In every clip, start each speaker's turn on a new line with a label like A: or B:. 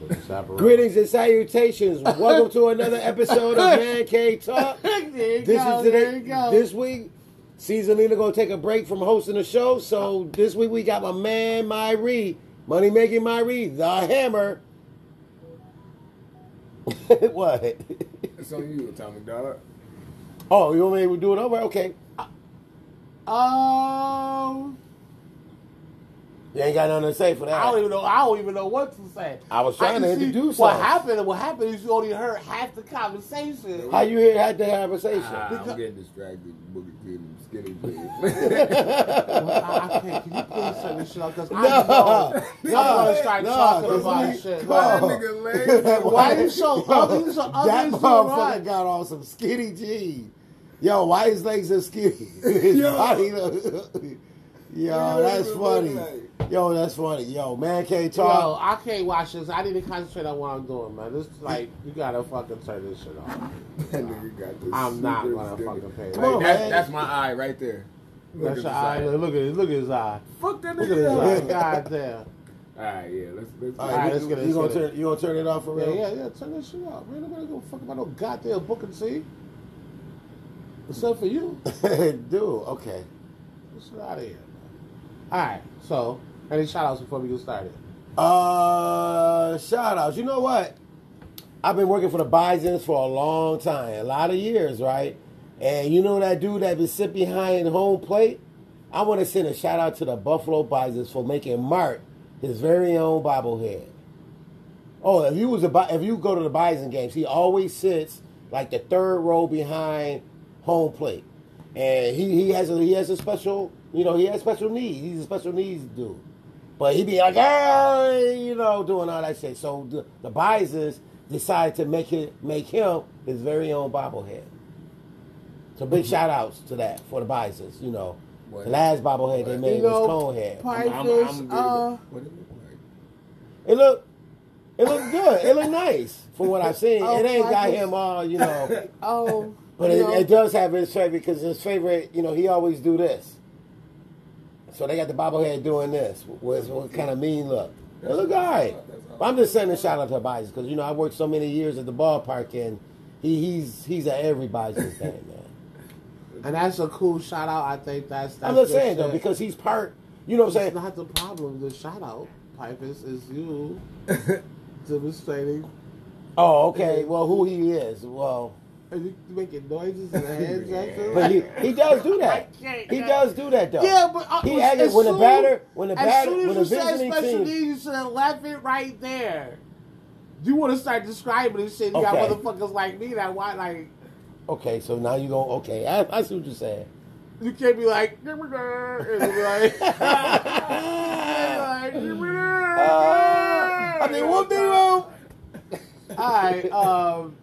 A: with this apparatus.
B: Greetings and salutations. Welcome to another episode of Man Cave Talk.
C: There you
B: This
C: go,
B: is
C: there
B: today.
C: you go.
B: This week, Caesarina gonna take a break from hosting the show. So this week we got my man Myrie, money making Myrie, the Hammer. what?
D: It's on you, Atomic Dollar.
B: Oh, you want me to do it over? Okay.
C: Um,
B: You ain't got nothing to say for that.
C: I don't even know. I don't even know what to say.
B: I was trying
C: can
B: to
C: see
B: introduce
C: what
B: us.
C: happened. What happened is you only heard half the conversation.
B: How you here had the conversation?
D: Ah,
C: Because-
D: I'm getting distracted. Booger T and Skinny Jeans.
C: I, I can't. Can you please turn this shit up? Because I
B: No.
C: know I'm gonna start
B: No,
C: talking
B: this
C: about
B: nigga-
C: shit.
B: come on.
D: That nigga lazy.
C: Why you so ugly? You so
B: that
C: ugly as you
B: motherfucker
C: right.
B: got on some skinny jeans. Yo, why his legs are skinny? His
D: Yo.
B: body look- Yo,
D: He
B: that's
D: look
B: funny.
D: like-
B: Yo, that's funny. Yo, man can't
C: Yo,
B: talk.
C: I can't watch this. I need to concentrate on what I'm doing, man. This is like you gotta fucking turn this shit off.
D: That nigga got this.
C: I'm not
D: super
C: gonna
D: skinny.
C: fucking pay
D: Like,
C: Come on,
D: that's,
B: man.
D: that's my eye right there. Look
C: That's
D: at
C: your eye.
D: this
C: Look, look at his, look at his eye.
D: Fuck that
C: Look at his eye.
D: nigga.
C: God damn.
D: All right, yeah. Let's let's.
B: All
C: All
B: right,
C: right,
B: you-
C: let's get it,
B: you gonna
C: let's get
B: turn you gonna turn it off for
C: Yeah,
B: real?
C: yeah, yeah. Turn that shit off, man. Nobody give a fuck about no goddamn book and see. Except for you.
B: Dude, okay.
C: Let's get out of here, man. All right. So, any shout outs before we get started?
B: Uh, shout outs. You know what? I've been working for the Bisons for a long time, a lot of years, right? And you know that dude that been sitting behind home plate? I want to send a shout out to the Buffalo Bisons for making Mart his very own bobblehead. Oh, if you was a Bi- if you go to the Bison games, he always sits like the third row behind home plate, and he he has a he has a special you know he has special needs. He's a special needs dude, but he be like ah you know doing all that shit. So the, the Bisons decided to make it make him his very own bobblehead. So big shout outs to that for the Bisons. You know,
D: What?
B: the last bobblehead they
D: What?
B: made
C: You
B: was
C: know,
B: Conehead.
C: part-
D: I'm, I'm, I'm,
C: Rifles,
D: gonna do
C: uh,
D: it. What it look like?
B: It look, it look good. It look nice from what I've seen.
C: Oh,
B: it ain't
C: my
B: got
C: goodness.
B: him all, you know.
C: Oh,
B: But it, it does have his favorite because his favorite, you know, he always do this. So they got the bobblehead doing this. What, what kind of mean look? It look all right. But I'm just sending a shout out to Bisons because you know I worked so many years at the ballpark and he, he's he's at everybody's thing, man.
C: and that's a cool shout out. I think that's. that's
B: I'm just
C: good
B: saying though
C: shit.
B: because he's part. You know what I'm
C: it's
B: saying?
C: not the problem. The shout out, Pipers, is you demonstrating
B: Oh, okay. Well, who he is? Well,
C: and you making noises and hand gestures.
B: But he, he does do that. He does do that though.
C: Yeah, but uh,
B: he
C: as-
B: acted
C: as
B: when the
C: soon-
B: batter, when the batter,
C: as soon as
B: when the
C: you said
B: visiting
C: special
B: team.
C: needs, you should have left it right there. You want to start describing this shit? You got
B: Okay.
C: motherfuckers like me that why like
B: Okay, so now you go. Okay, I, I see what you're saying.
C: you can't be like "Grr, grr, grr," and be like. like, "Grr, grr, grr."
B: Uh, I mean, what they wrong?
C: Alright, um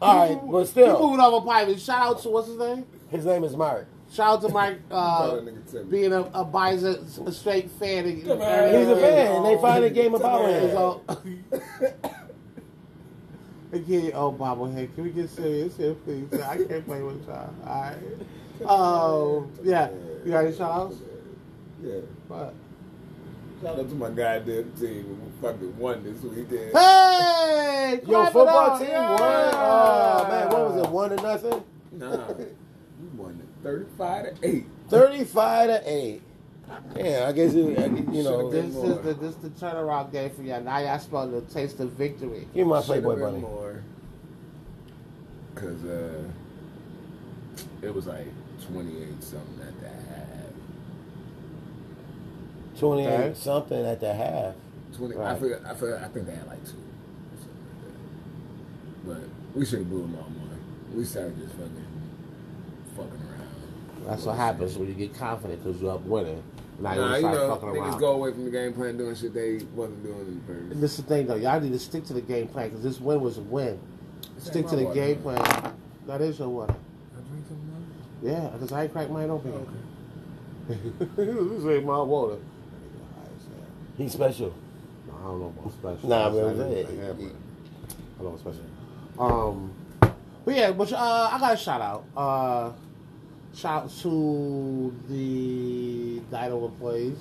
B: Alright,
C: we-
B: but still.
C: we moving off a pilot. Shout out to what's his name?
B: His name is Mark.
C: Shout out to Mike uh,
D: that nigga Timmy.
C: being a, a bison a straight fan. He's a
B: He's a fan. and They finally gave him a bobblehead.
C: So, again, oh bobblehead, can we get serious here, please? I can't play with y'all. All right. Um, yeah, you got any shout outs?
D: Yeah.
C: What?
D: Shout out to my goddamn team. We fucking won this weekend.
C: Hey,
B: Yo,
C: clap it
B: football
C: up,
B: team
C: yeah.
B: won. Oh man, what was it? One to nothing.
D: Nah, you won it 35 to 8.
B: Thirty-five to eight. Yeah, I guess you, you know.
D: Should've
C: This is the this the turnaround game for y'all. Now y'all smell the taste of victory.
B: Give me my
D: Should've
B: Playboy
D: been
B: bunny.
D: more. Cause uh, it was like twenty eight something at the half.
B: Twenty-eight
C: Okay.
B: something at the half.
D: Twenty.
B: Right.
D: I forgot. I forgot. I think they had like two. or something like that. But we should have blew them all more. We started just fucking, fucking around.
C: That's what happens when you get confident because you're up winning. Now
D: Nah,
C: you
D: you
C: start
D: know,
C: fucking
D: niggas
C: around.
D: go away from the game plan doing shit they wasn't doing in the first.
C: And this is the thing though, y'all need to stick to the game plan because this win was a win.
D: It's
C: Stick
D: not
C: to the
D: my water,
C: game
D: man.
C: plan. That is your water.
D: I drink some
C: Yeah, because I ain't cracked mine open.
D: water. Okay.
C: this ain't my water.
B: He's special.
C: No, I don't know about special.
B: Nah,
C: That's
B: man,
C: not
B: go
C: anything,
B: ahead.
C: yeah, but I don't know about special. Um, but yeah, but uh, I got a shout out. Uh, shout out to the Dino employees.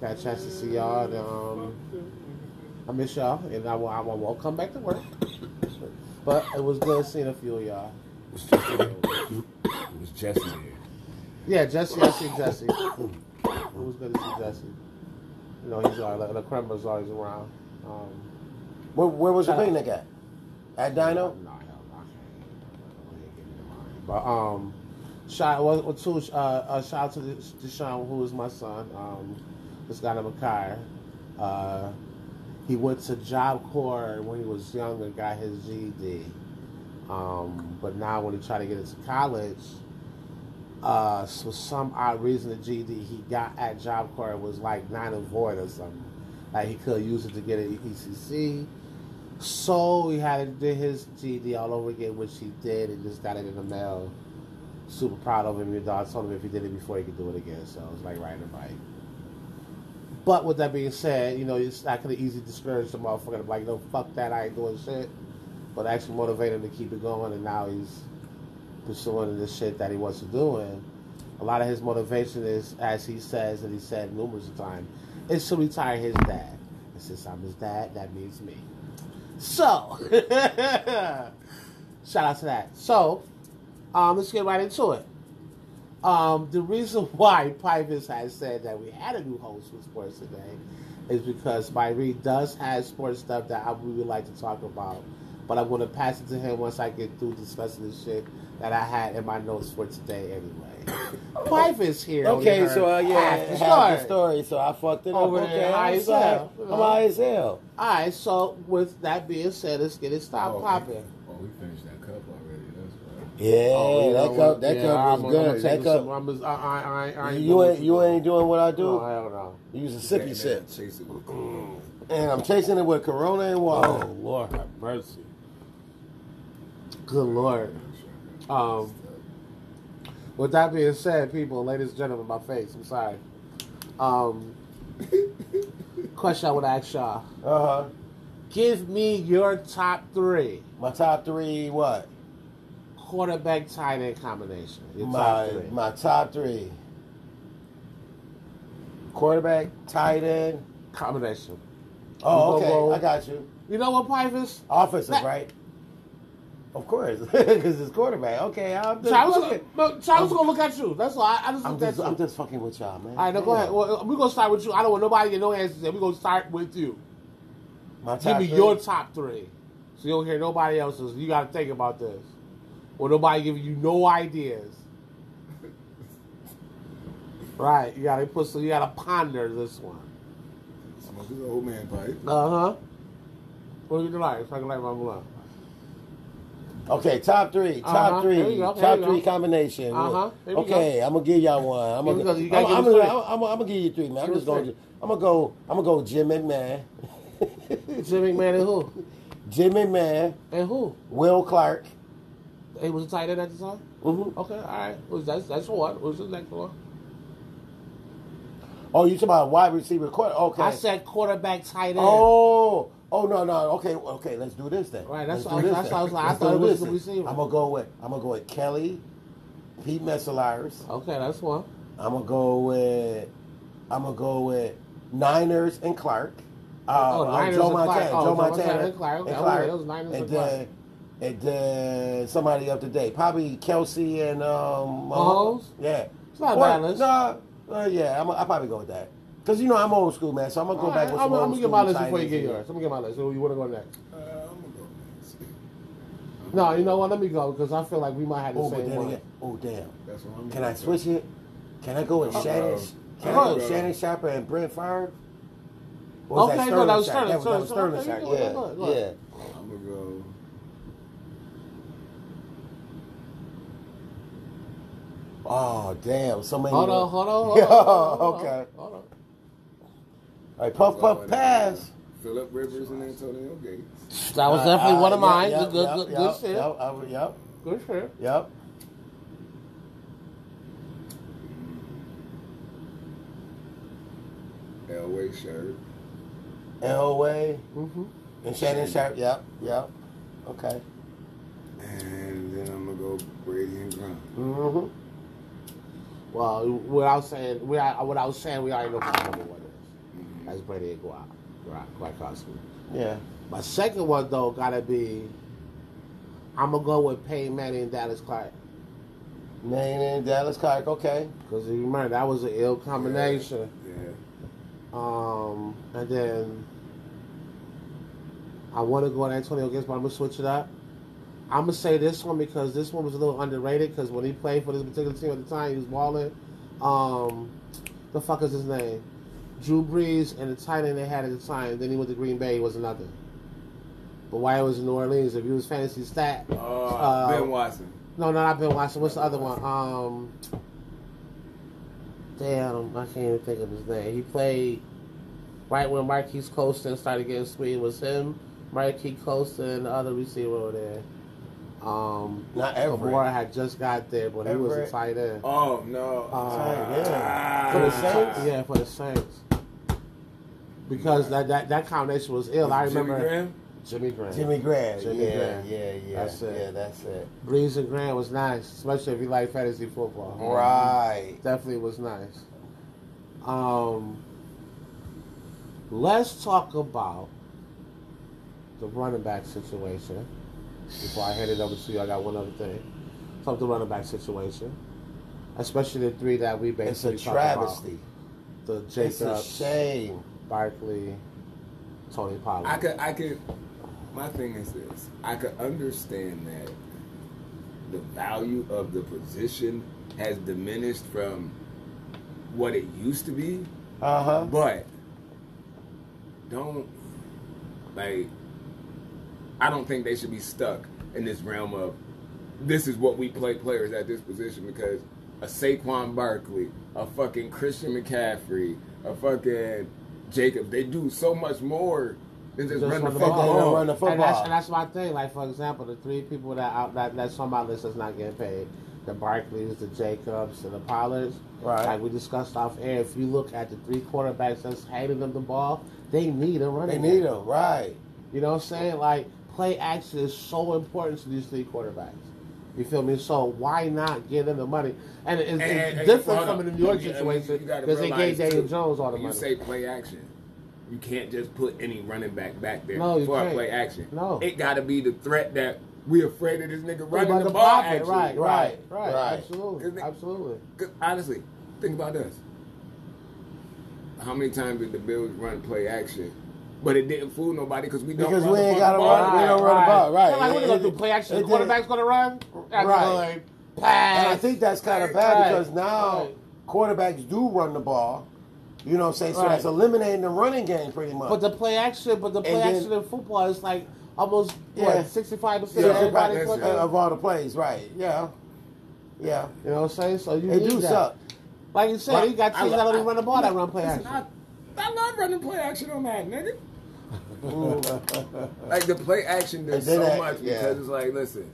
C: Got a chance to see y'all. And, um, I miss y'all, and I, will- I will- won't come back to work. but it was good seeing a few of y'all.
D: Was Jesse there? Was Jesse there?
C: Yeah, Jesse, I see Jesse. It was good to see Jesse. You know, he's uh, always, the Kremlin's always around. Um,
B: Where, where was your
C: Uh,
B: picnic at? At Dino?
C: No, hell no. But um, shout well, well, to uh, uh, shout out to Deshaun, who is my son. Um, this guy named Makai. Uh, he went to Job Corps when he was young and got his GED. Um, but now when he tried to get into college, uh, for some odd reason, the GED he got at Job Corps was like not and void or something. Like he could use it to get an E ECC. So he had to do his GD all over again, which he did, and just got it in the mail. Super proud of him. Your dog told him if he did it before, he could do it again. So it was like riding a bike. But with that being said, you know, it's not gonna easily discourage the motherfucker to be like, no, fuck that, I ain't doing shit. But actually motivate him to keep it going, and now he's pursuing the shit that he wants to do. And a lot of his motivation is, as he says, and he said numerous times, is to retire his dad. And since I'm his dad, that means me. So, shout out to that. So, um, let's get right into it. Um, the reason why Pipus has said that we had a new host for sports today is because Myrie does have sports stuff that I we would like to talk about, but I'm going to pass it to him once I get through discussing the shit that I had in my notes for today anyway. Pipus here. only
B: Okay,
C: heard
B: so uh, yeah, half
C: half the
B: the
C: story.
B: story. So I fucked it
C: Over
B: up.
C: there,
B: Okay, I'm
C: high as
B: sorry.
C: hell, you know?
B: I'm high as hell.
C: All right, so with that being said, let's get it stopped
D: Oh,
C: popping.
D: Oh, we finished that cup already. That's right.
B: Oh, Yeah,
C: you know
B: that cup,
C: what?
B: that
C: Yeah,
B: cup was
C: I'm gonna- I'm gonna
B: good.
C: take
B: That
C: a sip.
B: cup.
C: I'm just- I, I, I, I
B: You
C: doing
B: ain't, you ain't doing what I do.
C: No, Oh, hell no.
B: You was a sippy
D: Damn,
B: sip, Mm.
D: man, Chase it with Corona.
B: and I'm chasing it with Corona and water.
C: Oh Lord, have mercy. Good Lord. Um, with that being said, people, ladies and gentlemen, my face. I'm sorry. Um, question I would ask y'all:
B: Uh huh.
C: Give me your top three
B: My top three, what?
C: quarterback tight end combination. Your
B: my
C: top three.
B: my top three. Quarterback, tight end.
C: combination.
B: Oh,
C: You gonna roll-
B: okay, I got you.
C: You know what, Pivus?
B: Offensive,
C: That-
B: right? Of course, because it's quarterback. Okay, I'm just,
C: So I was,
B: fucking,
C: no, so I was gonna look at you. That's all. I, I just
B: I'm
C: looked
B: just,
C: at you.
B: I'm just fucking with y'all, man.
C: All right, now go
B: Yeah.
C: ahead. Well, we're gonna start with you. I don't want nobody to get no answers. We're gonna start with you.
B: My
C: Give
B: top
C: me
B: three.
C: your top three, so you don't hear nobody else's. You gotta think about this, or nobody giving you no ideas. Right? You gotta put some. You gotta ponder this one.
D: Smoke his old man pipe.
C: Uh huh. What do you like? If I can light my blunt.
B: Okay, top three, top
C: Uh-huh.
B: three,
C: There you go, there
B: top
C: you go.
B: three combination.
C: Uh-huh. There we
B: Okay, I'm gonna give y'all one. I'm
C: Here we go.
B: gonna,
C: You
B: I'm,
C: gotta
B: I'm,
C: give us
B: gonna,
C: three.
B: I'm, I'm gonna give you three, man. I'm
C: Give
B: just
C: us
B: gonna,
C: three.
B: I'm gonna go, I'm gonna go Jim McMahon,
C: Jimmy McMahon and who?
B: Jim McMahon,
C: And who?
B: Will Clark.
C: He was a tight end at the time.
B: hmm
C: Okay, all right. Was that's that's one. Was the next one?
B: Oh, you talking about wide receiver? Quarter? Okay.
C: I said quarterback, tight end.
B: Oh, oh no, no. Okay, okay. Let's do this then.
C: Right, that's
B: Let's
C: what
B: do
C: I was-
B: this
C: that's what I was like. I
B: Let's
C: thought
B: do
C: it was
B: this
C: the
B: then.
C: receiver.
B: I'm gonna go with. I'm gonna go with Kelly, Pete Messaliers.
C: Okay, that's one.
B: I'm gonna go with. I'm gonna go with Niners and Clark. Uh,
C: Oh,
B: uh,
C: Niners
B: Joe
C: and Clark.
B: Montana.
C: Oh,
B: Joe
C: Joe
B: Montana,
C: Montana and Clark. Okay, I would've- it was Niners
B: and
C: and Clark.
B: then, and then somebody up to date. Probably Kelsey and um,
C: Mahomes?
B: Yeah,
C: It's not
B: Or-
C: bad list.
B: Nah, uh, yeah, I'm, I'll probably go with that. Cause you know I'm old school, man. So I'm gonna go
C: All
B: back
C: right,
B: with
C: I'm,
B: some old
C: I'm gonna
B: school
C: get my list
B: tight
C: before you
B: ends
C: get
B: here.
C: yours. I'm gonna get my list. Who you wanna go next?
D: Uh, I'm gonna go next.
C: No, you know what? Let me go because I feel like we might have the
B: Oh, but
C: same
B: then
C: one.
B: again, oh damn.
D: That's what I'm
B: Can
D: gonna
B: I
D: go.
B: switch it? Can I go with
D: Uh-oh.
B: Shannon? Can I
C: Uh-oh.
B: go with Shannon Sharper and Brent Favre? Or was
C: Okay,
B: that
C: no, that was
B: Sterling Shepard?
C: Sterling,
B: That was-
C: Sterling,
B: that was
C: Sterling.
B: Sterling
C: Okay, you go, go,
B: Shepard,
C: go,
D: I'm gonna go.
B: Yeah. Oh damn! So many.
C: Hold on, hold on, hold on.
B: Yeah,
C: hold on,
B: okay.
C: Hold on.
B: All right, puff,
D: Oh,
B: puff,
D: and, uh,
B: pass.
D: Philip Rivers and Antonio Gates.
C: That was definitely
B: Uh,
C: one of
B: uh,
C: mine.
B: yep,
C: good, good,
B: yep,
C: good,
B: yep,
C: good shit.
B: Yep, I would- yep,
C: Good shit.
B: yep.
D: Elway shirt.
B: Elway
C: Mm-hmm.
B: and Shannon Sharp. Yep, yep. Okay.
D: And then I'm gonna go Brady and Gronk.
B: Mm-hmm.
C: Well, without saying, we are, without saying, we already know who number one is. That's Brady and Gronk, Gronk, Gronk Cosby.
B: Yeah.
C: My second one though gotta be. I'm gonna go with Payne Manning and Dallas Clark
B: Name and Dallas Clark. Okay.
C: because you remember that was an ill combination.
D: Yeah.
C: Um, and then I want to go on Antonio Gates, but I'm gonna switch it up. I'm gonna say this one because this one was a little underrated because when he played for this particular team at the time, he was balling. Um, the fuck is his name? Drew Brees and the tight end they had at the time. Then he went to Green Bay. He was another. But why he was in New Orleans? If he was fantasy stat,
D: Uh,
C: Uh,
D: ben Watson.
C: no, no, I've been watching. What's the other one? Um, damn, I can't even think of his name. He played right when Marquise Colston started getting sweet. It was him, Marquise Colston, and the other receiver over there. Um,
B: Not Everett.
C: Kamara had just got there, but he was a
B: Everett.
C: tight end.
D: Oh no.
C: Uh,
B: yeah.
D: Ah.
B: For the Saints?
C: Yeah, for the Saints. Because that, that, that combination was ill. I
D: Jimmy
C: remember
D: Graham?
C: Jimmy Graham.
B: Jimmy Graham.
C: Jimmy
B: yeah,
C: Graham.
B: yeah, yeah.
C: That's it.
B: Yeah, that's it.
C: Breeze and Graham was nice, especially if you like fantasy football.
B: Oh, Right.
C: definitely was nice. Um, let's talk about the running back situation. Before I hand it over to you, I got one other thing. Talk about the running back situation, especially the three that we
B: It's a
C: basically talked
B: travesty.
C: about: the
B: It's a
C: Jacobs,
B: shame.
C: Barkley, Tony Pollard.
D: I could, I could. My thing is this: I could understand that the value of the position has diminished from what it used to be,
B: Uh
C: Uh-huh.
B: huh.
D: but don't like. I don't think they should be stuck in this realm of this is what we play players at this position because a Saquon Barkley, a fucking Christian McCaffrey, a fucking Jacob, they do so much more than just,
C: Just
D: run the
C: run the
D: fuck
C: ball. They
B: don't
D: ball.
B: run the fuck-
C: And that's,
B: football.
C: and that's my thing. Like for example, the three people that out that that's on my list that's not getting paid: the Barclays, the Jacobs, and the Pollards.
B: Right.
C: Like we discussed off air, if you look at the three quarterbacks that's handing them the ball, they need a
B: They
C: running.
B: need
C: back.
B: him. Right.
C: You know what I'm saying? Like play action is so important to these three quarterbacks. You feel me? So why not give them the money? And it's,
D: And- and-
C: it's
D: and
C: different
D: hold
C: from
D: up.
C: the New York
D: You- I mean,
C: situation
D: you gotta
C: because they
D: realize,
C: gave Daniel
D: too,
C: Jones all the
D: when
C: money.
D: You say play action. You can't just put any running back back there
C: No, you
D: for a
C: can't.
D: play action.
C: No.
D: it got to be the threat that we afraid of this nigga running
C: By
D: the,
C: the
D: ball.
C: pocket,
D: action.
C: right, right, right,
B: Right.
C: absolutely,
D: Cause they-
C: absolutely.
D: 'Cause honestly, think about this. How many times did the Bills run play action? But it didn't fool nobody because we don't
B: Because
D: run
B: we
D: the
B: ain't got
D: fucking
B: a
D: ball.
B: run- we don't run the ball, right.
C: Like, we're
B: It-
C: going
B: it-
C: to do play action.
B: it
C: The quarterback's going to run. That's
B: Right.
C: right.
B: And
C: Pass.
B: I think that's kind of bad
C: Right.
B: because now
C: Right.
B: quarterbacks do run the ball. You know what I'm saying? So
C: Right.
B: that's eliminating the running game pretty much.
C: But the play action, but the play
B: And then-
C: action in football is like almost
B: Yeah.
C: what sixty five percent
B: yeah,
C: of
D: Yeah,
C: everybody.
D: that's
C: fucking-
D: it.
B: of all the plays, right? Yeah, yeah.
C: You know what I'm saying? So you
B: It
C: need
B: do
C: that.
B: suck.
C: Like you said,
D: Right.
C: you got
D: I
C: teams
D: lo-
C: that don't
D: I-
C: even run the ball that run play
D: Listen,
C: action.
D: I, I love running play action on that, nigga. like the play action does
B: And
D: so
B: then that-
D: much
B: yeah.
D: because it's like, listen,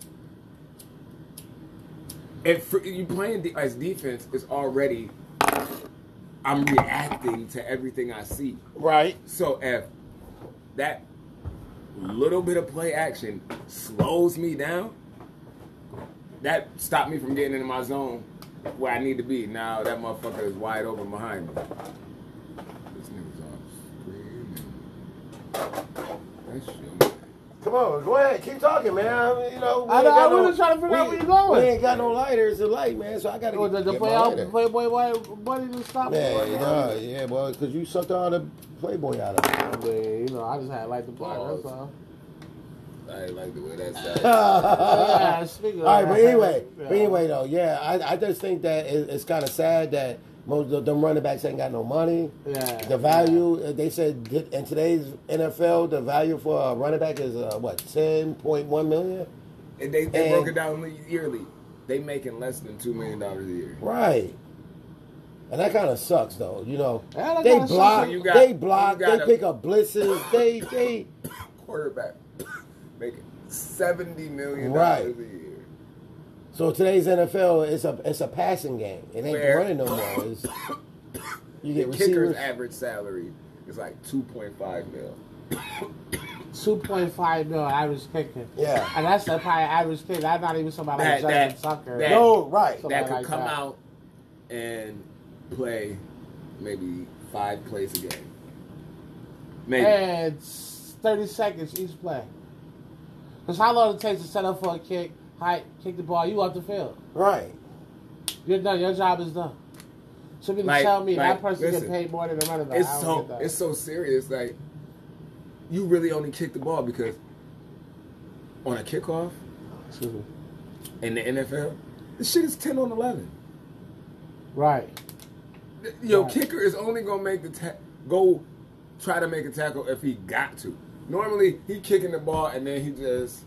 D: if fr- you playing de- as defense is already, I'm reacting to everything I see.
B: Right.
D: So if that little bit of play action slows me down, that stopped me from getting into my zone where I need to be. Now that motherfucker is wide open behind me. This nigga's on screen. That's shit.
B: Come on, go ahead, keep talking, man. I mean, you know, we
C: I
B: ain't
C: know,
B: got
C: I
B: no-
C: really trying to figure out
B: we-
C: where you going.
B: We ain't got no lighters to light, man. So I gotta
C: Well, the,
B: get,
C: the
B: get
C: play
B: my lighter.
C: out, playboy, why, why did you stop?
B: Yeah,
C: me?
B: nah, yeah, boy, because you sucked all the Playboy out of it.
C: I mean, you know, I just had like the ball. That's
D: Pause.
C: all.
D: I ain't like the way that sounds.
C: Yeah, speaking of
B: All right, but
C: that,
B: anyway,
C: yeah.
B: but anyway though, yeah, I, I just think that it, it's kind of sad that most of them running backs ain't got no money.
C: Yeah.
B: The value uh, they said that in today's NFL, the value for a running back is uh, what ten point one million,
D: and they, they broke
B: And-
D: it down le- yearly. They making less than two million dollars a year.
B: right? And that kind of sucks though, you know.
C: Yeah, that
B: They
C: kinda sucks.
B: block,
D: So you got-
B: they block,
D: you got
B: they
D: a-
B: pick up blitzes, they they
D: Quarterback making seventy million
B: Right.
D: dollars a year.
B: So today's NFL is a it's a passing game. It ain't
D: Where-
B: running no more. It's, you get
D: Kicker's
B: receivers.
D: average salary is like two point five mil.
C: Two point five mil average kicker.
B: Yeah.
C: and that's the probably average kicker. That's not even somebody
D: That-
C: like Justin
D: that-
C: Tucker.
D: that-
B: No, right.
C: So-
D: that could
C: like
D: come
C: that.
D: out and
C: Eh,
D: play maybe five plays a game. Maybe.
C: and s- 30 seconds each play. Because how long it takes to set up for a kick, height, kick the ball, you off the field.
B: Right.
C: You're done. Your job is done. So people
D: Like-
C: tell me
D: like,
C: that person
D: listen,
C: get paid more than a running back.
D: it's
C: I don't get
D: so
C: that.
D: it's so serious. Like you really only kick the ball because on a kickoff
C: Excuse me.
D: in the NFL, this shit is ten on eleven.
C: Right.
D: Th- Your
C: Right.
D: kicker is only gonna make the ta- go try to make a tackle if he got to. Normally he kicking the ball and then he just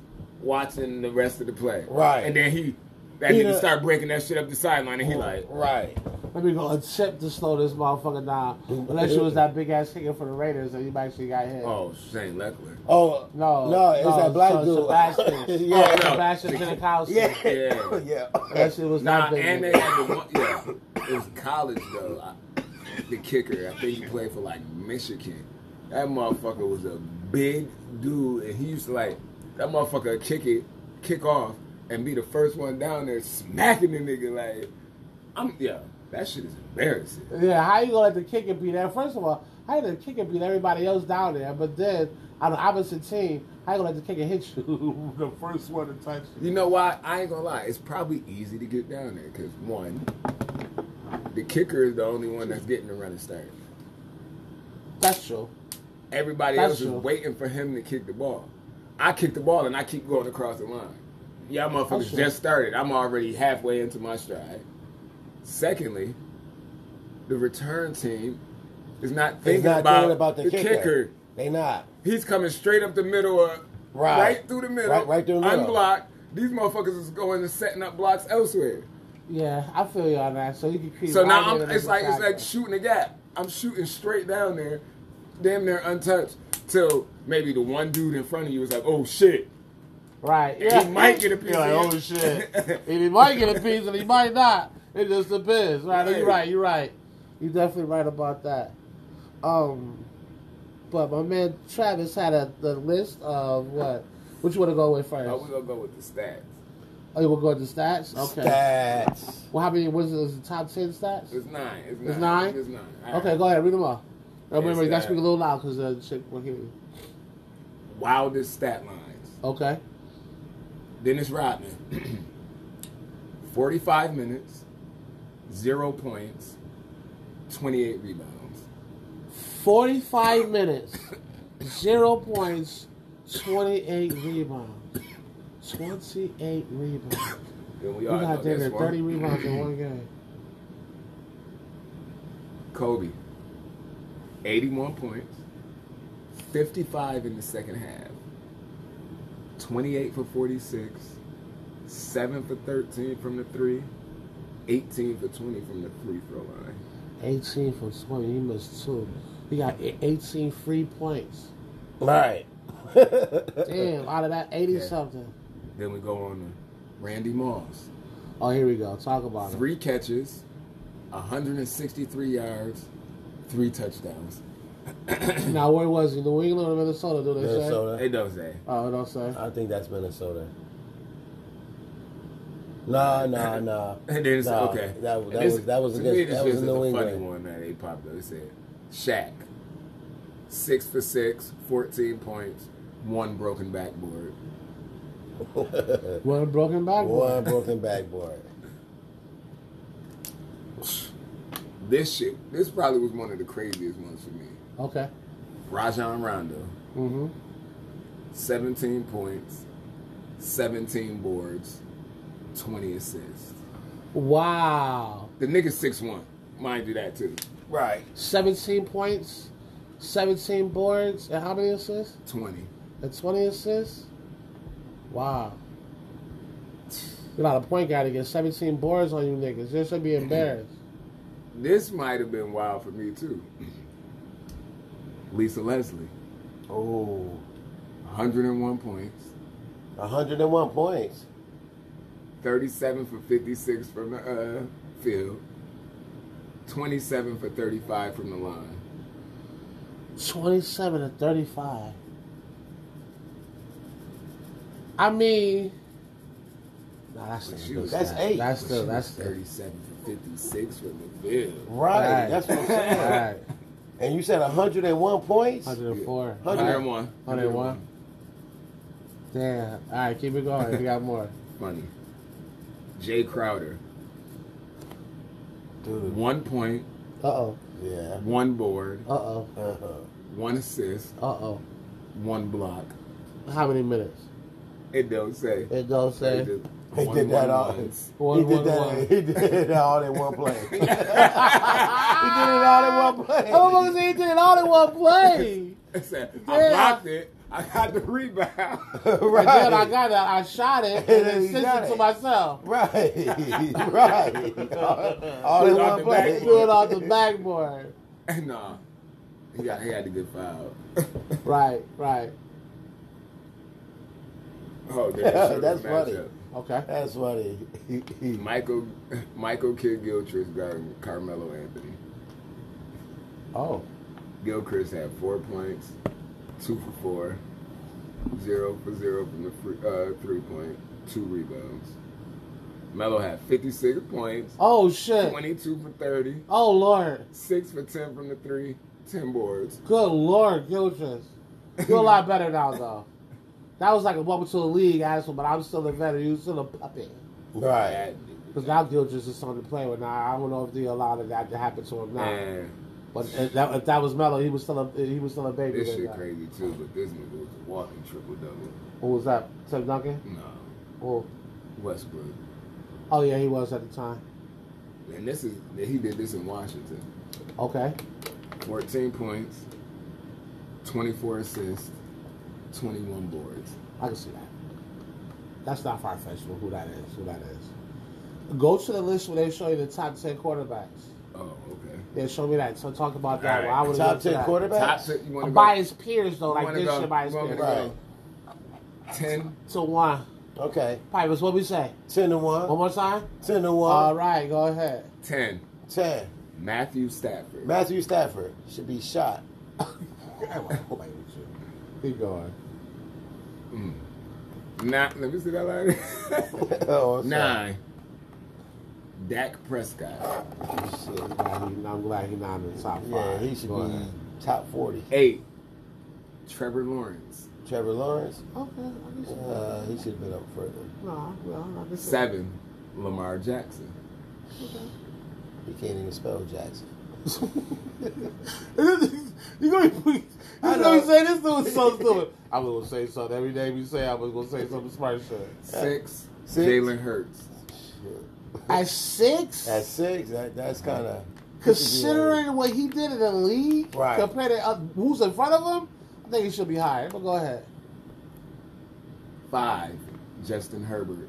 D: watching the rest of the play.
B: Right.
D: And then he that
B: He
D: nigga
B: done-
D: start breaking that shit up the sideline and he like
B: Right.
C: Let me go attempt to slow this motherfucker down. Unless it was that big ass kicker for the Raiders and you actually got hit.
D: Oh Shane Leckler.
B: Oh
C: No,
B: no! It's
C: no,
B: that black
C: so
B: dude.
C: Sebastian. Oh,
B: yeah.
D: Oh, no.
C: Sebastian Janikowski.
B: Yeah.
D: Yeah.
C: That shit was
D: Nah,
C: not big.
D: and they had the one. Yeah, it was college though. I, the kicker, I think he played for like Michigan. That motherfucker was a big dude, and he used to like that motherfucker would kick it, kick off, and be the first one down there smacking the nigga. Like, I'm yeah, that shit is embarrassing.
C: Yeah, how you gonna let the kicker beat that? First of all, how you let the kicker beat everybody else down there? But then on the opposite team, how you gonna let the kicker hit you? the first one to touch you.
D: You know why? I ain't gonna lie. It's probably easy to get down there because one, the kicker is the only one that's getting the running start.
C: That's true.
D: Everybody
C: That's
D: else
C: true.
D: is waiting for him to kick the ball. I kick the ball and I keep going across the line. Y'all
C: That's
D: motherfuckers
C: true.
D: just started. I'm already halfway into my stride. Secondly, the return team is not
B: He's
D: thinking,
B: not
D: about,
B: thinking about the, kicker.
D: kicker.
B: They not.
D: He's coming straight up the middle, of,
B: Right.
D: right. through the middle,
B: Right- right through the middle.
D: unblocked. These motherfuckers is going and setting up blocks elsewhere.
C: Yeah, I feel you on that. So you can creep.
D: So
C: right
D: now
C: in
D: I'm,
C: and
D: it's
C: out
D: like it's
C: the
D: like shooting a gap. I'm shooting straight down there, damn near untouched. Till maybe the one dude in front of you is like, "Oh shit!"
C: right.
D: He
C: Yeah,
D: might get a piece
C: You're like,
D: of it.
C: oh shit. and he might get a piece, and he might not. It just depends, right?
D: Right.
C: You're right. You're right. You're definitely right about that. Um, but my man Travis had a the list of what. Which you want to go with first?
D: I was gonna go with the stats.
C: Oh, you will go to stats? Okay.
B: Stats.
C: Well, how many was it? Was it top 10 stats?
D: It's nine. It's nine.
C: It's nine?
D: It's nine. All right.
C: okay, go ahead. Read them all. Now, Remember,
D: It's
C: you got to speak a
D: that.
C: little loud uh, because the chick will hear you.
D: Wildest stat lines.
C: Okay.
D: Dennis Rodman, forty-five minutes, zero points, twenty-eight rebounds.
C: 45 minutes, zero points, 28 rebounds. 28 rebounds.
D: And we
C: You
D: all know
C: got there
D: this
C: 30
D: one.
C: rebounds in one game.
D: Kobe, eighty-one points, fifty-five in the second half, twenty-eight for forty-six, seven for thirteen from the three, eighteen for twenty from the free throw line.
C: 18 for 20. He missed two. He got e- 18 free points.
B: Right.
C: Damn, out of that 80
D: Yeah.
C: something.
D: Then we go on to Randy Moss.
C: Oh, here we go. Talk about it.
D: Three catches, 163 yards, three touchdowns.
C: Now, where was he? New England or Minnesota, do they say?
B: Minnesota.
D: It does that.
C: Oh, don't say.
B: I think that's Minnesota. Nah, nah, nah.
D: And then it's
B: Nah,
D: okay.
B: That,
D: And
B: that
D: this-
B: was that was
D: to me,
B: against
D: this
B: that was
D: is a
B: New
D: funny
B: England.
D: one that they popped up. It said Shaq, six for six, 14 points, one broken backboard.
C: One broken
B: One
C: backboard.
B: broken backboard.
D: This shit, this probably was one of the craziest ones for me.
C: Okay.
D: Rajon Rondo,
C: hmm
D: 17 points, 17 boards, 20 assists.
C: Wow.
D: The nigga six one. Mind you that too.
B: Right.
C: 17 points, 17 boards, and how many assists?
D: Twenty.
C: And 20 assists? Wow. You're not a point guard to get 17 boards on you niggas. You should be
D: Mm-hmm.
C: embarrassed.
D: This might have been wild for me too. Lisa Leslie,
B: Oh.
D: 101 points,
B: 101 points.
D: 37 for 56 from the uh, field, 27 for 35 from the line.
C: 27 to 35. I mean, nah, that's
D: But
C: not
D: she
C: good
D: was-
C: stat.
B: That's eight.
C: That's
D: But
C: the
D: she
C: that's
D: was
C: the
D: 37 for 56 from the field.
B: Right. That's what I'm saying.
C: Right.
B: And you said 101 points?
C: 104.
D: 101.
C: 101. Damn. All right, keep it going. We got more.
D: Funny. Jay Crowder.
B: Dude.
D: One point,
C: Uh oh.
B: Yeah.
D: one board,
C: Uh oh.
B: Uh-huh.
D: one assist,
C: Uh oh.
D: one block.
C: How many minutes?
D: It don't say.
C: It don't
D: They
C: say.
D: just
B: They
D: one,
B: did that
D: one,
B: all.
D: ones.
C: One,
B: he did
C: one,
B: that.
C: one.
B: He did it all in one play. he did it all in one play.
C: How long he did it all in one play?
D: I said,
C: Yeah.
D: I blocked it. I got the rebound.
B: right.
C: And then I got it. I shot it and
B: then
C: then
B: you
C: sent
B: got
C: it to
B: it.
C: myself.
B: Right, right. All, all in
D: Put it on
B: one
D: the
B: play.
D: backboard.
C: Do it off the backboard.
D: nah. He got he had the good foul.
C: Right, right.
D: oh, damn, sure
B: That's
D: this
B: funny.
D: matchup.
C: Okay.
B: That's funny.
D: Michael Michael Kidd Gilchrist guarding Carmelo Anthony.
C: Oh.
D: Gilchrist had four points, two for four, zero for zero from the free, uh, three point, two rebounds. Melo had 56 points,
C: Oh, shit.
D: 22 for 30,
C: Oh, Lord.
D: 6 for 10 from the three, 10 boards.
C: Good Lord, Gilchrist. You're a lot better now, though. That was like a welcome to the league, asshole, but I'm still a veteran. You're still a puppy.
B: Right.
D: That nigga.
C: Because now Gilchrist is something to play with. Now, I don't know if they allowed that to happen to him now.
D: And
C: But if that, if that was Melo, he was still a, he was still a baby.
D: this
C: then,
D: shit
C: though.
D: crazy too, but this nigga was a walking triple double.
C: Who was that? Tim Duncan?
D: No,
C: Oh,
D: Westbrook.
C: oh yeah, he was at the time.
D: And this is, he did this in Washington.
C: Okay.
D: 14 points, 24 assists, 21 boards.
C: I can see that. That's not far fetched for who that is. Who that is. Go to the list where they show you the top ten quarterbacks.
D: Oh, okay.
C: They show me that. So talk about that. Well,
D: All right.
C: I would
B: Top 10
D: Top
B: quarterbacks?
D: shit you want to
C: I'm
D: go?
C: by his peers though, like
D: you wanna
C: this
D: go-
C: shit by his
D: you wanna
C: peers.
B: Right.
D: go Ten.
C: To one.
B: Okay.
C: Pipers, what we say?
B: 10 to
C: One
B: 1.
C: more time?
B: 10 to
C: All
B: 1.
C: right, go ahead.
D: 10.
B: 10.
D: Matthew Stafford.
B: Matthew Stafford should be shot.
C: Keep going.
D: Nah, Mm. let me see that line.
B: oh, I'm sorry.
D: Nine. Dak Prescott.
C: Shit, I'm glad he- I'm glad he's not in the top
B: Yeah,
C: five.
B: he should
C: Go
B: be
C: ahead.
B: top 40.
D: Eight. Trevor Lawrence.
B: Trevor Lawrence,
C: Okay, I can see that.
B: uh, he should have been up further.
C: No, well, I can see that.
D: Seven. Lamar Jackson.
B: He can't even spell Jackson.
C: you know, you
B: I
C: know,
B: know.
C: you say this dude was so stupid. I was gonna say something every day. We say I was gonna say something smart shit.
D: Six.
B: Six.
D: Jalen Hurts.
C: At six,
B: At six, that, that's kind of
C: considering what he did in the league,
B: Right.
C: compared to uh, who's in front of him, I think he should be higher. But go ahead.
D: Five. Justin Herbert.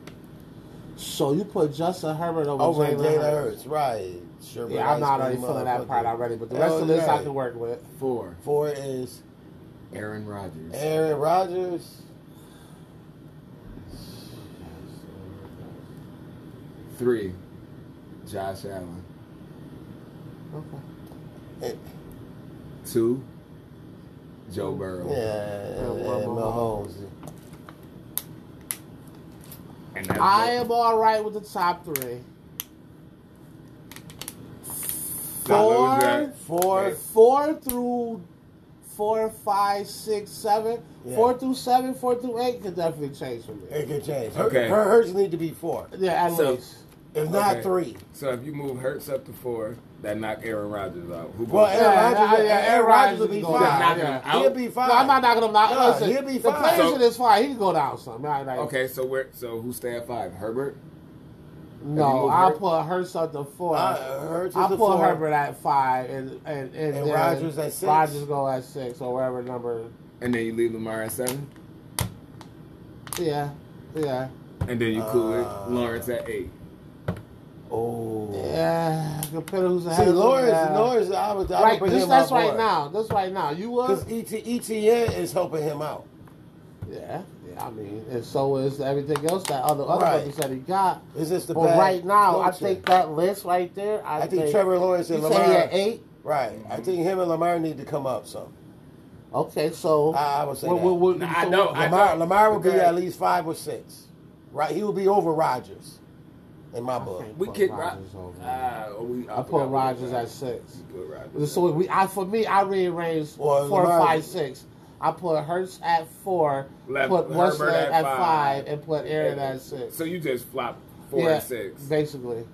C: So you put Justin Herbert over,
B: over
C: Jalen
B: Jalen
C: Hurts.
B: Hurts, right? Sure,
C: Yeah, I'm not already feeling that part already, but the rest of this I can work with.
D: Four.
B: Four is
D: Aaron Rodgers.
B: Aaron Rodgers.
D: Three. Josh Allen.
C: Okay.
B: eh,
D: Two. Joe Burrow.
B: Yeah, and, and Mahomes.
D: And that's
C: I
D: it.
C: am all right with the top three.
D: Not lose that.
B: Four,
C: Four through four, five, six, seven.
B: Yeah.
C: Four through seven, four through eight could definitely change for me.
B: it could change.
D: Okay.
B: Her, Hurts need to be four,
C: Yeah, at
D: So-
C: least.
B: if not
D: Okay.
B: three.
D: So if you move Hertz up to four, that knock Aaron Rodgers out. Who
B: Well,
D: goes-
B: Aaron
C: Yeah,
B: Rodgers,
C: yeah, yeah,
B: Aaron Rodgers will be
C: Aaron Rodgers
B: five.
C: is going
D: down.
B: He'll be five.
C: No, I'm not knocking him out.
B: No,
C: Listen,
B: he'll be
C: the
B: fine.
C: player
D: So-
C: shit is fine. He can go down some. Right, like,
D: okay, so where? So who stay at five? Herbert. you
C: No,
D: move
C: I
D: Hurts?
C: put Hurts up to four.
B: Uh, Hurts is
C: I
B: the
C: put
B: four.
C: Herbert at five, and and and,
B: And
C: then
B: Rodgers at six?
C: Rodgers go at six or whatever number.
D: And then you leave Lamar at seven,
C: Yeah, yeah,
D: and then you cool
B: Uh,
D: it. Lawrence at eight.
B: Oh,
C: yeah. Compared to who's ahead
B: see,
C: of him,
B: Lawrence,
C: yeah.
B: Lawrence, I would, I would
C: Right,
B: bring
C: this,
B: him
C: that's
B: up
C: right
B: more. E
C: now. That's right now. You
B: Because
C: was.
B: ET, ETN is helping him out.
C: Yeah, yeah. I mean, and so is everything else that other other
B: Right.
C: players that he got.
B: Is this the
C: but
B: bad
C: right now,
B: culture?
C: I think that list right there. I,
B: I think Trevor Lawrence
C: You
B: and
C: say
B: Lamar.
C: he at eight.
B: Right. I think him and Lamar need to come up some.
C: Okay, so
B: I, I would say
C: what-
B: that.
C: what- what-
D: Nah,
C: so
D: I know.
C: what-
B: Lamar,
D: don't-
B: Lamar would be
D: because-
B: at least five or six. Right. He would be over Rodgers. in my book.
C: Okay.
D: We
C: Put
D: kick
C: Rodgers
D: Rodgers
C: over.
D: Uh, we,
C: I put Rodgers at six.
D: You put Rodgers.
C: So we, I for me, I rearranged
B: Well,
C: four,
B: Rodgers-
C: five, six. I put Hertz at four,
D: Left-
C: put
D: Herbert
C: Westland
D: at
C: at,
D: five.
C: five, and put Aaron at six.
D: So you just flop four
C: Yeah,
D: and six.
C: basically.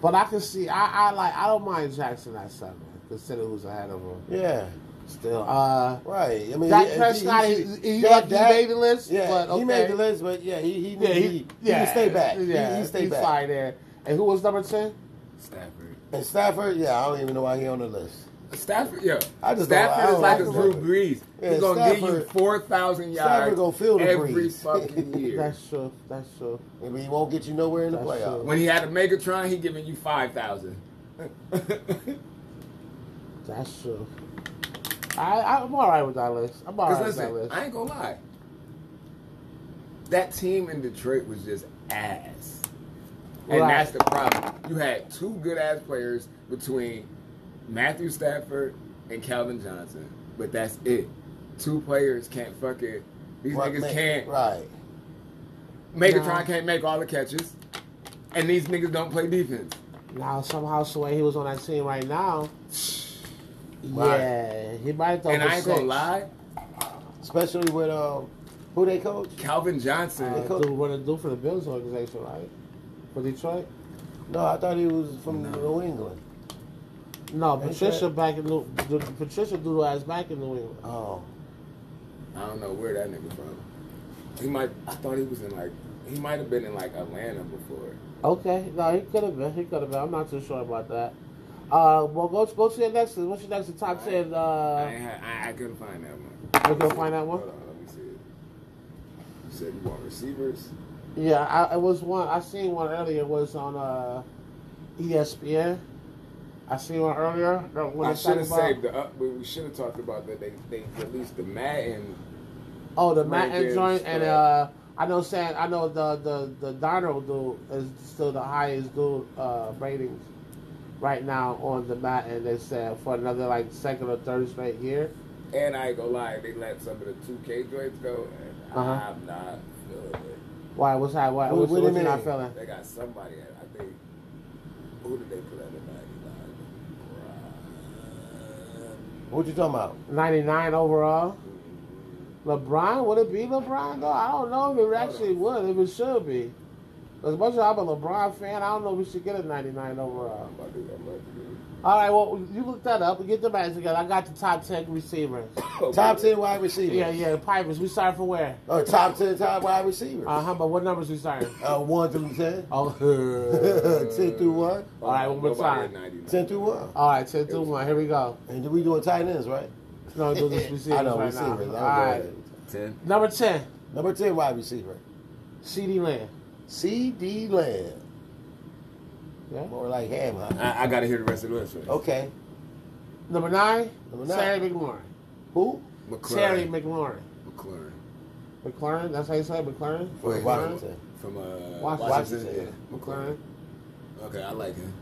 C: But I can see, I, I like, I don't mind Jackson at seven, considering who's ahead of him.
B: Yeah,
C: Still, uh,
B: right. I mean,
C: Dak
B: he- he-
C: Prescott,
B: he-
C: he, he, he,
B: Dak-
C: he
B: Dak-
C: made the list,
B: Yeah,
C: but okay.
B: he made the list, but yeah, he he
C: Yeah,
B: he,
C: he,
B: he,
C: yeah,
B: would stay back.
C: Yeah,
B: he, he stay
C: he's
B: back.
C: fine there. And who was number ten?
D: Stafford.
B: And Stafford, yeah, I don't even know why he on the list.
D: Stafford, yeah.
B: I just don't- I
D: Stafford
B: don't
D: is like a
B: like
D: Drew
B: Stafford.
D: Brees.
B: Yeah,
D: He's gonna give you
B: Stafford-
D: four thousand
B: Stafford
D: yards
B: gonna feel the
D: every
B: Brees.
D: fucking year.
C: That's true. That's true.
B: I mean, he won't get you nowhere in the
C: That's
B: playoffs.
D: when he had a Megatron, he giving you five thousand.
C: That's true. I, I'm all right with that list. I'm all right
D: Because
C: with that
D: listen,
C: list.
D: I ain't gonna lie. That team in Detroit was just ass. And
C: Right.
D: that's the problem. You had two good ass players between Matthew Stafford and Calvin Johnson, but that's it. Two players can't fucking these
B: Right,
D: niggas
B: man,
D: can't
B: Right.
D: Megatron
C: Nah.
D: can't make all the catches. And these niggas don't play defense.
C: Now somehow the way he was on that team right now,
B: Right.
C: yeah, he might throw
D: And
C: for
D: I ain't gonna
C: six.
D: lie,
B: Especially with um, who they coach?
D: Calvin Johnson.
C: Uh, dude, what it do for the Bills organization, right? For Detroit?
B: No, I thought he was from New England.
C: No,
B: Ain't
C: Patricia
B: that-
C: back in New, the, Patricia doodle ass back in New England.
B: Oh,
D: I don't know where that nigga from. He might. I thought he was in like. He might have been in like Atlanta before.
C: Okay, no, he could have been. He could have been. I'm not too sure about that. Uh, well, go go to your next. What's your next the top ten?
D: I,
C: Uh,
D: ain't had- I, I couldn't find that one.
C: You couldn't find that one?
D: Hold on, let me see. it. You said you want receivers.
C: yeah, I, it was one. I seen one earlier. It was on uh, ESPN. I seen one earlier. that when
D: I
C: they
D: should have
C: talked about-
D: saved the. Up, we we should have talked about that. They they released the Madden.
C: Oh, the Matt
D: Rankings,
C: and joint, and
D: yeah.
C: uh, I know San, I know the the the Donald dude is still the highest dude uh, ratings right now on the Matt, and they said for another like second or third straight year.
D: And I ain't gonna lie, they let some of the 2K joints go. And
C: Uh-huh.
D: I'm not feeling it.
C: Why? What's that? Why?
B: What-
C: What's,
B: what
C: what's,
B: do you
C: you not
B: mean?
C: feeling?
D: They got somebody. that I think. Who did they put at the 99?
B: what you talking about?
C: Ninety nine overall. LeBron would it be LeBron though? I don't know if it actually would. If it should be. As much as I'm a LeBron fan, I don't know if we should get a 99 overall.
D: I'm about to- I'm about to do it.
C: All right, well, you look that up. We get the match together. I got the top 10 receivers.
B: Top ten wide receiver.
C: Yeah, yeah, Pipers. We started from where?
B: Oh, top ten, top wide receiver.
C: Uh huh. But what numbers we started?
B: Uh, one through ten.
C: Oh,
B: ten through one.
C: All right, one more
D: Nobody
C: time.
D: at 99.
B: Ten through one.
C: all right. Ten, two, one. Here we go.
B: And we doing tight ends, right?
C: No, do this receivers
B: I know
C: right now.
B: receivers.
C: All
B: I'm
C: right.
B: doing
D: Ten.
C: Number ten,
B: it. Number ten wide receiver.
C: C.D. Lamb.
B: C.D. Lamb,
C: Yeah.
B: more like ham. huh?
D: I, I gotta hear the rest of the list. first.
B: Okay.
C: Number nine,
B: Number nine.
C: Terry McLaurin.
B: Who?
D: McLaren.
C: Terry McLaurin.
D: McLaren.
C: McLaurin. That's how you say it, McLaurin.
B: Wait,
C: McLaurin.
B: Washington.
D: From uh, Washington.
B: Washington.
D: Yeah.
C: McLaurin.
D: Okay, I like him.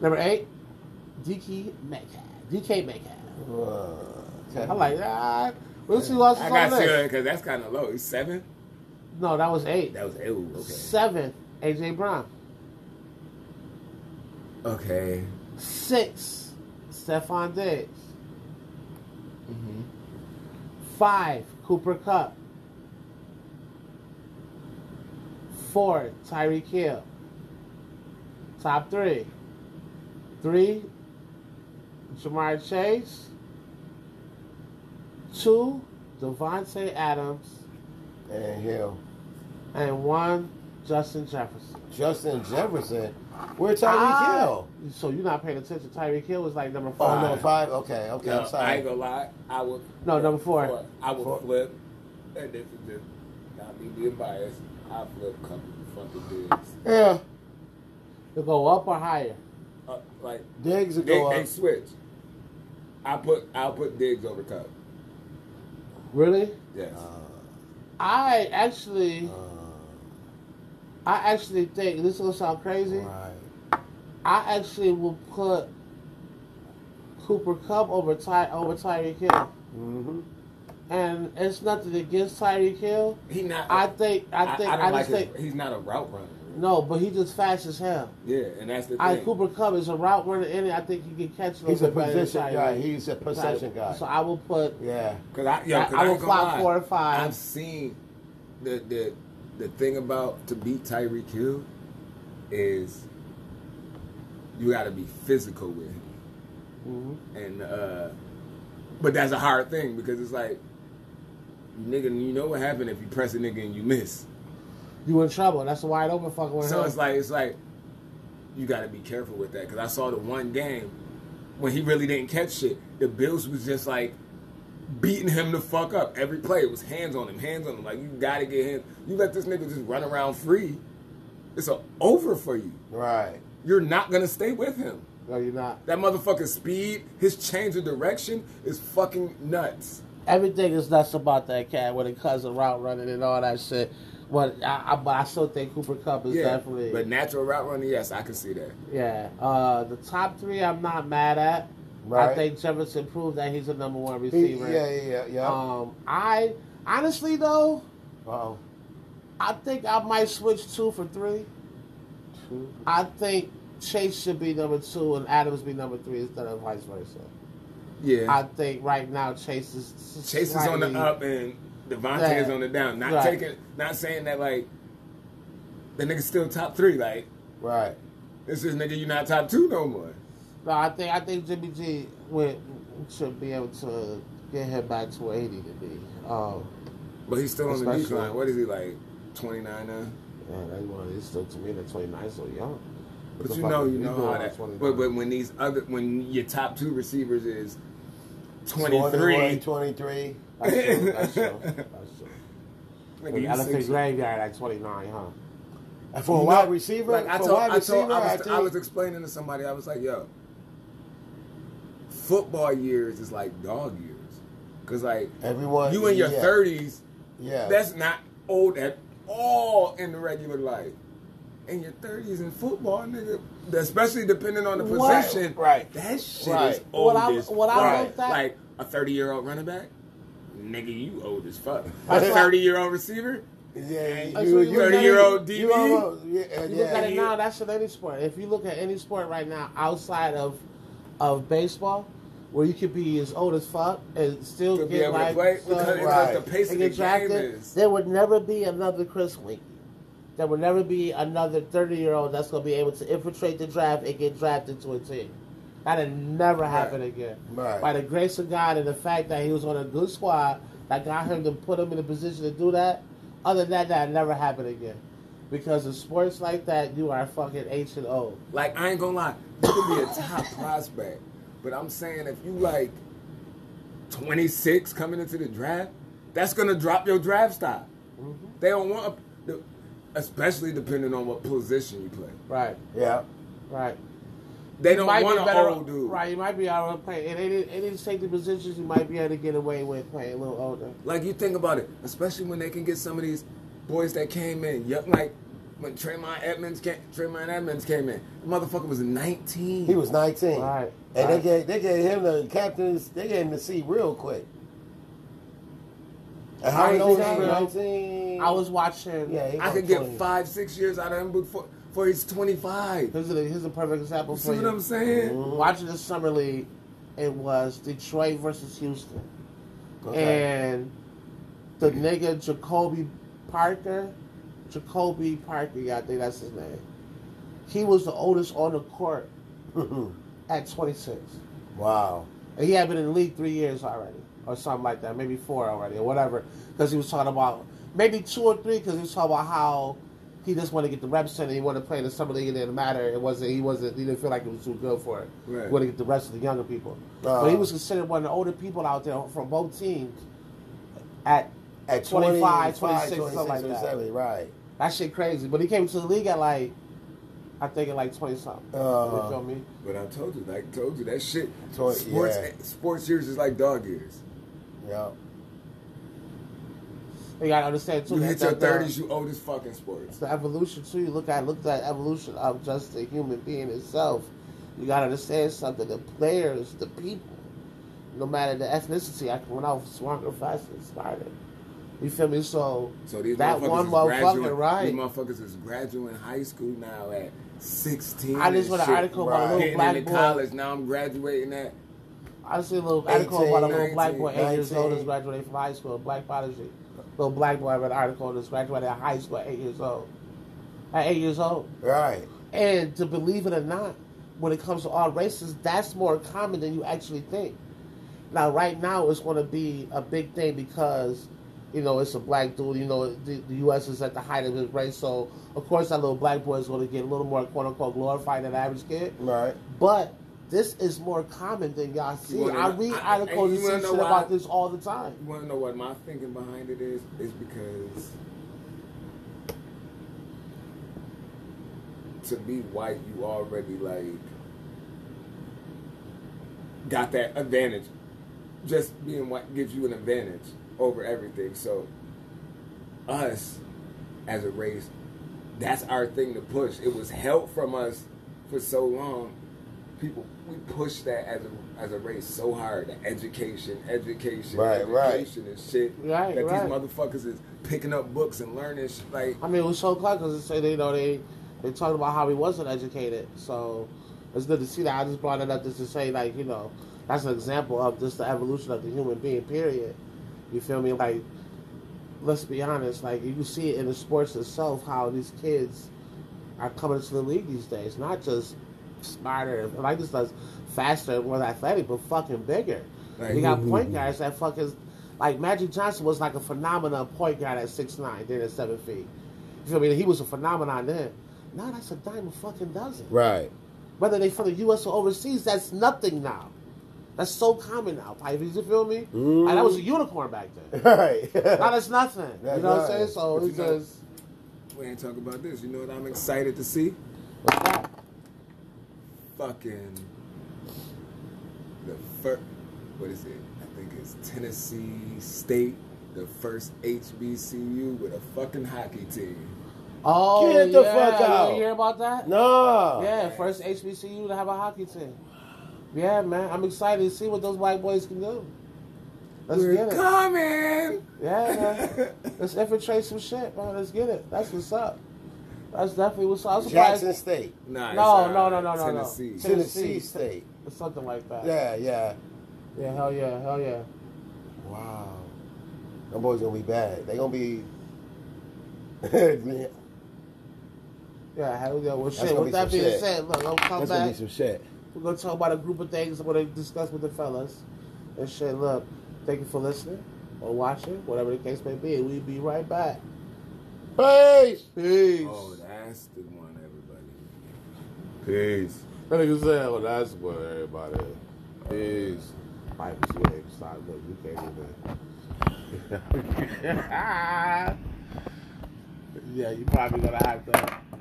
C: Number eight, D.K. Metcalf. D.K. Metcalf.
B: Uh, okay.
C: I like that. We'll see who else is
D: I
C: on
D: got
C: the
D: zero
C: list.
D: because that's kind of low. He's seven.
C: No, that was eight.
D: That was ew. Okay.
C: Seven, A.J. Brown.
D: Okay.
C: Six, Stephon Diggs.
D: Mm-hmm.
B: Mm-hmm.
C: Five, Cooper Cup. Four, Tyreek Hill. Top three. Three, Jamar Chase. Two, Devontae Adams.
B: And Hill.
C: And one, Justin Jefferson.
B: Justin Jefferson. Where Tyreek
C: I-
B: Hill?
C: So you're not paying attention. Tyreek Hill was like number
B: Oh,
C: five.
B: number five. Okay, okay.
D: No,
B: I'm
D: I ain't
B: sorry.
D: gonna lie. I would.
C: No, number four.
D: I would
B: Four.
D: flip. And this is just not me being biased. I flip a couple fucking dudes.
B: Yeah.
C: To go up or higher.
D: Uh, like
B: Diggs will
D: they,
B: go
D: they
B: up.
D: switch. I put I'll put Diggs over Cup.
C: Really?
D: Yes.
C: Uh, I actually,
B: Uh,
C: I actually think this is gonna sound crazy.
B: uh, right.
C: I actually will put Cooper Cup over Ty over Tyreek Hill.
B: Mm-hmm.
C: And it's nothing against Tyreek Hill.
D: He not.
C: I think I think I,
D: don't
C: just
D: like his-
C: think
D: he's not a route runner.
C: no, but he just fast as hell.
D: Yeah, and that's the thing.
C: I Cooper Cup is a route runner in it. I think he can catch. a
B: He's a
C: little bit better than
B: position
C: Tyreek.
B: guy. He's a possession guy.
C: So I will put
B: Yeah.
D: Cause I, yo,
C: I-
D: 'cause
C: I
D: I,
C: will
D: ain't gonna
C: clock
D: lie.
C: four to five.
D: I've seen the the the thing about to beat Tyreek Hill is you got to be physical with him,
C: Mm-hmm.
D: and uh, but that's a hard thing because it's like, nigga, you know what happened if you press a nigga and you miss.
C: you in trouble. That's a wide open fucking one.
D: So it's like it's like you got to be careful with that because I saw the one game when he really didn't catch shit. The Bills was just like beating him the fuck up every play. It was hands on him, hands on him. Like you got to get him. You let this nigga just run around free. It's a over for you.
B: Right.
D: You're not gonna stay with him.
C: no, you're not.
D: That motherfucker's speed, his change of direction is fucking nuts.
C: Everything is nuts about that cat when it comes to route running and all that shit. But I, I, but I still think Cooper Cup is
D: yeah,
C: definitely
D: but natural route running, yes, I can see that.
C: yeah. Uh, the top three, I'm not mad at. I
B: Right.
C: think Jefferson proved that he's the number one
B: He,
C: receiver.
B: yeah, yeah, yeah, yeah.
C: Um, I honestly though,
B: Uh-oh.
C: I think I might switch two for three.
B: Two.
C: I think Chase should be number two and Adams be number three instead of vice versa.
D: Yeah,
C: I think right now Chase is s-
D: Chase is on the
C: slightly-
D: up and Devontae
C: Yeah.
D: is on the down. Not
C: Right.
D: taking, not saying that like the nigga's still top three. Like
B: Right.
D: this is nigga, you not top two no more.
C: No, I think I think Jimmy G would should be able to get him back to where he needed to be. Um,
D: But he's still on the
C: Especially-
D: decline. What is he like? Twenty nine now.
C: yeah, that one is still to me that twenty nine so young.
D: But
C: The
D: you
C: fuck
D: know,
C: is
D: you
C: he
D: know
C: doing
D: how
C: at
D: that.
C: 29?
D: But, but when these other, when your top two receivers is twenty
B: 21,
D: three,
B: 23.
C: That's true. That's true. That's true. With Elephant
D: like
C: Graveyard at twenty nine, huh?
B: And For a wide receiver,
D: I
B: for
D: told,
B: a wide
D: I, told,
B: receiver,
D: I, was,
B: I
D: I,
B: think
D: was explaining to somebody, I was like, yo, football years is like dog years, cause like
B: everyone.
D: you in your
B: Uh, yeah,
D: thirties.
B: Yeah.
D: That's not old at all in the regular life. In your thirties in football, nigga, especially depending on the
C: What?
D: position,
B: Right.
D: That shit is
B: Right.
D: old
C: When I-
D: as
C: when I
D: fuck.
C: looked at-
D: like a thirty-year-old running back, nigga, you old as fuck. A
B: That's why-
D: thirty-year-old receiver,
B: Yeah,
D: That's
B: you, you,
C: what you look at it-
D: 30-year-old
B: you
D: DB?
B: almost- yeah,
C: You look at
B: yeah,
C: it now. That's in any sport. If you look at any sport right now outside of of baseball, where you could be as old as fuck and still
D: to
C: get
D: be able
C: like
D: to play
C: some-
D: because,
B: Right.
D: because the pace of
C: and
D: the
C: get
D: game
C: drafted,
D: is.
C: there would never be another Chris Week. There would never be another 30 year old that's going to be able to infiltrate the draft and get drafted to a team. That'll never happen again.
B: Right.
C: By the grace of God and the fact that he was on a good squad that got him to put him in a position to do that, other than that, that never happened again. Because in sports like that, you are fucking ancient old.
D: Like I ain't gonna lie, you could be a top prospect, but I'm saying if you like 26 coming into the draft, that's gonna drop your draft stock.
C: Mm-hmm.
D: They don't want, the, especially depending on what position you play.
C: Right,
B: yeah.
C: right.
D: They
C: You
D: don't
C: might
D: want
C: be
D: an
C: better-
D: old dude.
C: Right, you might be out of playing. In any, any safety positions, you might be able to get away with playing a little older.
D: Like you think about it, especially when they can get some of these boys that came in, young, like when Tremont Edmonds came, Tremont Edmonds came in, the motherfucker was 19.
B: He was 19.
C: Right.
B: And
C: Right.
B: they gave they gave him the captain's they gave him the seat real quick. And
D: I
B: how
D: ain't
B: old
D: think
B: was he?
C: I-
B: 19.
C: I was watching.
B: Yeah, he
D: I
B: was
D: could get
B: 20.
D: five, six years out of him before, before he's 25.
C: Here's a, here's a perfect example
D: You see
C: for you.
D: what I'm saying?
C: Watching the summer league, it was Detroit versus Houston,
B: Okay.
C: and the nigga Jacoby Parker, Jacoby Parker, yeah, I think that's his name. He was the oldest on the court at 26,
B: wow.
C: and he had been in the league three years already, or something like that, maybe four already, or whatever. Because he was talking about maybe two or three, because he was talking about how. He just wanted to get the reps in, and he wanted to play in the summer league. It didn't matter. It wasn't. He wasn't. He didn't feel like it was too good for it.
D: Right.
C: He wanted to get the rest of the younger people.
B: Uh,
C: but he was considered one of the older people out there from both teams at
B: At 25,
C: 25, 26,
B: 26
C: something like that.
B: 27, right.
C: that shit crazy. But he came to the league at like I think at like twenty something.
B: Uh-huh.
D: Uh.
C: you feel me?
D: But I told you, like I told you, that shit.
B: Told-
D: sports,
B: yeah.
D: sports years is like dog years.
B: Yeah.
C: You gotta understand too.
D: You
C: that
D: hit your
C: the- the-
D: thirties, you old as fucking sports.
C: The evolution too. You look at look at the evolution of just the human being itself. You gotta understand something. The players, the people. no matter the ethnicity. I when I was stronger, faster, smarter. You feel me? So,
D: So these
C: that
D: motherfuckers
C: one
D: is
C: motherfucker,
D: graduating,
C: right?
D: These motherfuckers is graduating high school now at sixteen.
C: I just
D: and
C: read an
D: shit.
C: article
B: about a little
D: Getting
C: black
D: into
C: boy.
D: college now. I'm graduating at
C: I see a little article
B: 18,
C: about a little black boy,
B: 19,
C: eight years old,
B: 19.
C: is graduating from high school. Black prodigy. Little black boy, I read an article that's graduated at high school at eight years old. At eight years old.
B: Right.
C: And to believe it or not, when it comes to all races, that's more common than you actually think. Now, right now, it's going to be a big thing because, you know, it's a black dude. You know, the, the U.S. is at the height of his race, so of course that little black boy is going to get a little more "quote unquote" glorified than the average kid.
B: Right.
C: But this is more common than y'all see.
D: wanna
C: I
D: know-
C: read
D: I- I-
C: articles
D: you
C: and
D: wanna
C: see
D: know
C: shit
D: why?
C: about this all the time.
D: You want to know what my thinking behind it is? Is because to be white, you already like got that advantage. Just being white gives you an advantage over everything. So us as a race, that's our thing to push. It was held from us for so long. People, we pushed that as a as a race so hard. The education, education,
B: Right, right.
D: education, and shit.
C: Right,
D: that
C: right.
D: these motherfuckers is picking up books and learning. Shit. Like
C: I mean, it was so clever because they said, you know, they they talked about how he wasn't educated. So it's good to see that. I just brought it up just to say, like, you know, that's an example of just the evolution of the human being. Period. You feel me? Like, let's be honest. Like, you see it in the sports itself how these kids are coming to the league these days. Not just smarter, like this does faster, more athletic, but fucking bigger.
D: Right.
C: You got point guards that fucking like Magic Johnson was like a phenomenon point guard at six nine, then at seven feet. You feel me? He was a phenomenon then. Now that's a dime a fucking dozen.
B: Right.
C: Whether they from the U.S. or overseas, that's nothing now. That's so common now, Pipes. You feel me?
B: Mm.
C: And that was a unicorn back then.
B: Right.
C: now that's nothing.
B: That's
C: you know what
B: nothing.
C: I'm saying? So
D: But
C: it's
D: you know-
C: just
D: we ain't talking about this. You know what I'm excited to see?
C: what's that?
D: Fucking the first. What is it? I think it's Tennessee State, the first HBCU with a fucking hockey team.
C: Oh,
B: Get the
C: yeah.
B: fuck out.
C: You hear about that?
B: no.
C: Yeah, first HBCU to have a hockey team. Yeah, man, I'm excited to see what those white boys can do. Let's
D: We're
C: get it.
D: coming.
C: Yeah, man. Let's infiltrate some shit, man. Let's get it. That's what's up. That's definitely what's up. I'm surprised.
B: Jackson State.
D: Nah, it's
C: No,
D: all
C: no, no, no,
D: right.
C: no, no.
D: Tennessee.
C: Tennessee.
B: Tennessee State.
C: It's Something like that.
B: Yeah, yeah.
C: Yeah, hell yeah, hell yeah.
B: Wow. Them boys gonna be bad. They gonna be. Man,
C: Yeah, hell yeah. Well, shit,
B: gonna be
C: with that
B: some
C: being
B: shit.
C: said, look, I'm come
B: that's gonna be
C: back.
B: some shit.
C: We're going to talk about a group of things I'm going to discuss with the fellas. And shit, look, thank you for listening or watching, whatever the case may be. We'll be right back.
B: Peace.
C: Peace.
D: Oh, that's the one, everybody. Peace.
C: That nigga said, well, that's what everybody is. Mike was wig. Stop, look, you can't do that. yeah, you probably gonna have to.